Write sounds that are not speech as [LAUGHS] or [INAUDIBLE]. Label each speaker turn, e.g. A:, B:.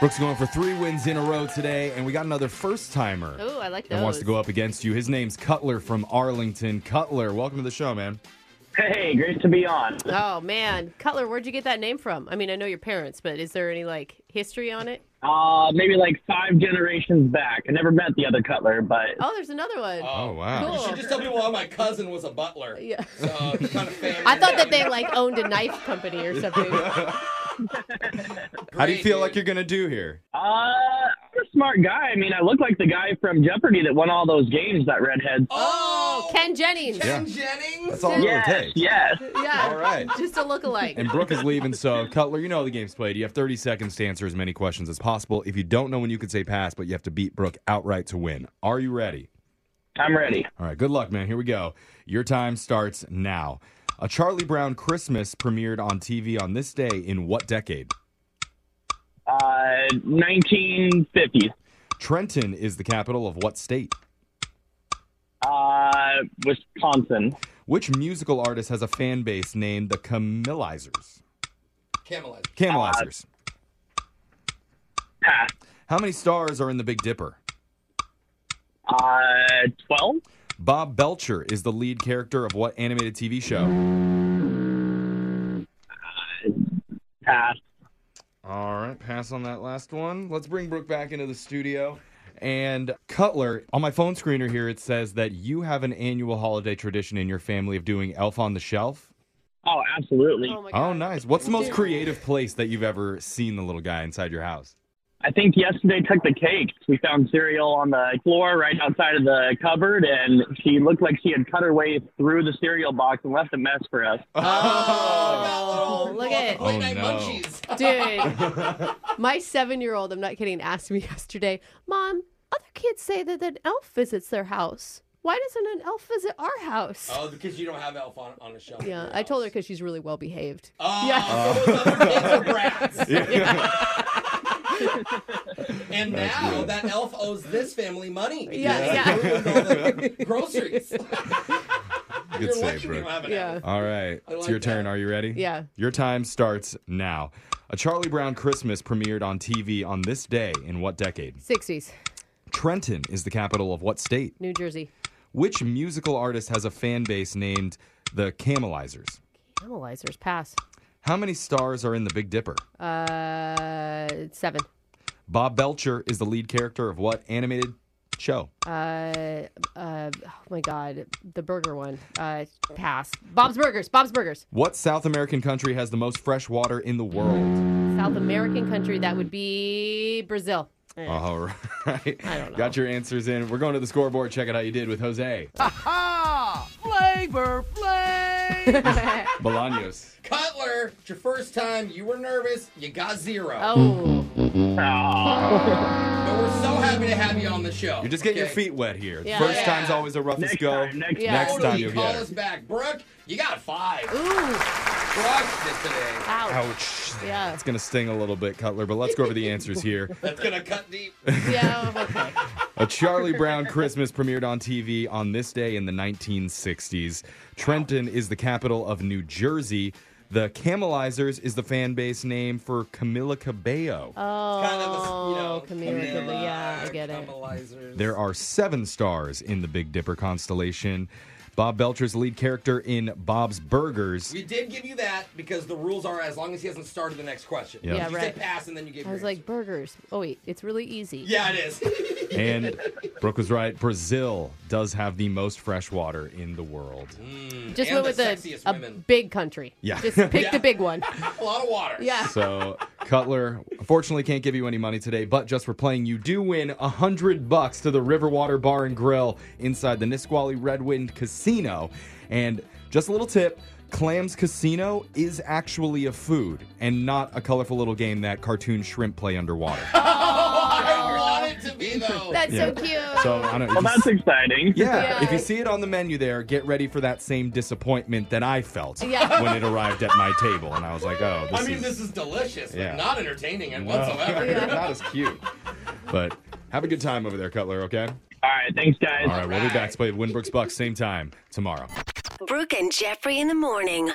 A: Brooks going for three wins in a row today, and we got another first timer
B: Oh, I like those.
A: that wants to go up against you. His name's Cutler from Arlington. Cutler, welcome to the show, man.
C: Hey, great to be on.
B: Oh man, Cutler, where'd you get that name from? I mean, I know your parents, but is there any like history on it?
C: Uh, maybe like five generations back. I never met the other Cutler, but
B: Oh, there's another one.
A: Oh, wow.
B: Cool.
D: She just told me, well, my cousin was a butler.
B: Yeah. [LAUGHS]
D: So, kind of family.
B: I thought that they like owned a knife company or something. [LAUGHS]
A: How do you
D: Great,
A: feel
D: dude.
A: like you're going to do here?
C: uh, I'm a smart guy. I mean, I look like the guy from Jeopardy that won all those games. That redhead.
D: Oh,
B: Ken Jennings. Yeah.
D: Ken Jennings.
A: That's all it
C: yes,
A: really takes.
C: yes.
A: All right.
B: Just a look-alike.
A: And Brooke is leaving, so Cutler, you know how the game's played. You have 30 seconds to answer as many questions as possible. If you don't know when you can say pass, but you have to beat Brooke outright to win. Are you ready?
C: I'm ready.
A: All right, good luck, man. Here we go. Your time starts now. A Charlie Brown Christmas premiered on TV on this day in what decade?
C: Uh, 1950.
A: Trenton is the capital of what state?
C: Uh, Wisconsin.
A: Which musical artist has a fan base named the Camelizers?
D: Camelized.
A: Camelizers.
B: Uh,
C: Pass.
A: How many stars are in the Big Dipper?
C: Uh, 12.
A: Bob Belcher is the lead character of what animated TV show?
C: Pass.
A: All right, pass on that last one. Let's bring Brooke back into the studio. And Cutler, on my phone screener here, it says that you have an annual holiday tradition in your family of doing Elf on the Shelf.
C: Oh, absolutely.
B: Oh my god.
A: Oh, nice. What's the most creative place that you've ever seen the little guy inside your house?
C: I think yesterday took the cake. We found cereal on the floor right outside of the cupboard, and she looked like she had cut her way through the cereal box and left a mess for us.
A: [LAUGHS]
D: Oh,
B: look at it.
D: Late
A: Oh,
D: night
A: no.
D: munchies.
B: Dude, my seven-year-old, I'm not kidding, asked me [LAUGHS] yesterday, Mom, other kids say that an elf visits their house. Why doesn't an elf visit our house?
D: Oh, because you don't have elf on, on the shelf.
B: yeah, I told her because she's really well behaved.
D: Oh,
B: Yeah.
D: those other kids
B: [LAUGHS]
D: are brats. And now that elf owes this family money.
B: Yeah,
D: They ruined all the groceries.
A: Good
D: You're
A: save,
D: lucky we
A: bro.
D: don't have an
B: Yeah.
D: elf.
A: All right.
D: I
A: it's
D: like
A: your
D: that.
A: turn. Are you ready?
B: Yeah.
A: Your time starts now. A Charlie Brown Christmas premiered on TV on this day in what decade?
B: 60s,
A: Trenton is the capital of what state?
B: New Jersey.
A: Which musical artist has a fan base named the Camelizers?
B: Analyzers, pass.
A: How many stars are in the Big Dipper?
B: Uh, seven.
A: Bob Belcher is the lead character of what animated show?
B: Uh, uh, oh my God, the burger one. Uh, pass. Bob's Burgers. Bob's Burgers.
A: What South American country has the most fresh water in the world?
B: South American country. That would be Brazil. [LAUGHS] Eh.
A: All right.
B: I don't know.
A: Got your answers in. We're going to the scoreboard. Check out how you did with Jose
E: Flavor Flav.
A: Bolaños.
D: Cutler, it's your first time. You were nervous. You got zero.
B: Oh,
C: Ah,
D: But we're so happy to have you on the show.
A: You're just getting your
D: Okay.
A: feet wet here.
B: Yeah.
A: First
D: Yeah.
A: time's always the roughest
C: Next
A: go.
C: time, next
B: Yeah.
A: Next
D: Totally
A: time you'll
D: call
A: get
D: us
A: it.
D: back. Brooke, you got five.
B: ooh,
D: Brooke this today.
B: ouch.
A: Ouch.
B: Yeah.
A: It's going to sting a little bit, Cutler, but let's go over the answers here.
D: That's gonna cut deep.
B: Yeah. Okay.
A: A Charlie Brown Christmas premiered on TV on this day in the 1960s. Trenton is the capital of New Jersey. The Camelizers is the fan base name for Camila Cabello.
B: Oh,
D: kind of a, you know,
B: Camila, Cabello, yeah, I get it.
D: Caramelizers.
A: There are seven stars in the Big Dipper constellation. Bob Belcher's lead character in Bob's Burgers.
D: We did give you that because the rules are as long as he hasn't started the next question.
A: Yeah. Yeah,
D: you
B: right.
D: said pass and then you gave.
B: I
D: your
B: was like
D: answer.
B: burgers. Oh wait, it's really easy.
D: yeah, it is. [LAUGHS]
A: And Brooke was right. Brazil does have the most fresh water in the world.
B: Just
D: And
B: went with
D: the
B: a,
D: sexiest
B: a
D: women.
B: big country.
A: Yeah.
B: Just picked
D: [LAUGHS] Yeah.
B: a big one.
D: a lot of water.
B: Yeah.
A: So Cutler, unfortunately, can't give you any money today, but just for playing, you do win a hundred bucks to the Riverwater Bar and Grill inside the Nisqually Red Wind Casino. And just a little tip. Clams Casino is actually a food and not a colorful little game that cartoon shrimp play underwater.
D: Oh,
B: [LAUGHS]
D: I want it to be though.
B: That's
A: Yeah.
B: so cute.
A: So I don't know.
C: Well,
A: if you
C: that's exciting.
A: Yeah,
B: Yeah.
A: if you see it on the menu there, get ready for that same disappointment that I felt
B: Yeah.
A: when it arrived at my table, and I was like, "Oh, this
D: I mean,
A: is
D: this is delicious,
A: Yeah.
D: but not entertaining
A: [LAUGHS]
D: and
A: no,
D: whatsoever.
A: not as cute." But have a good time over there, Cutler. Okay.
C: All right, thanks, guys.
A: All right, we'll be
D: right.
A: back to play Winbrooks Bucks same time tomorrow.
F: Brooke and Jeffrey in the morning.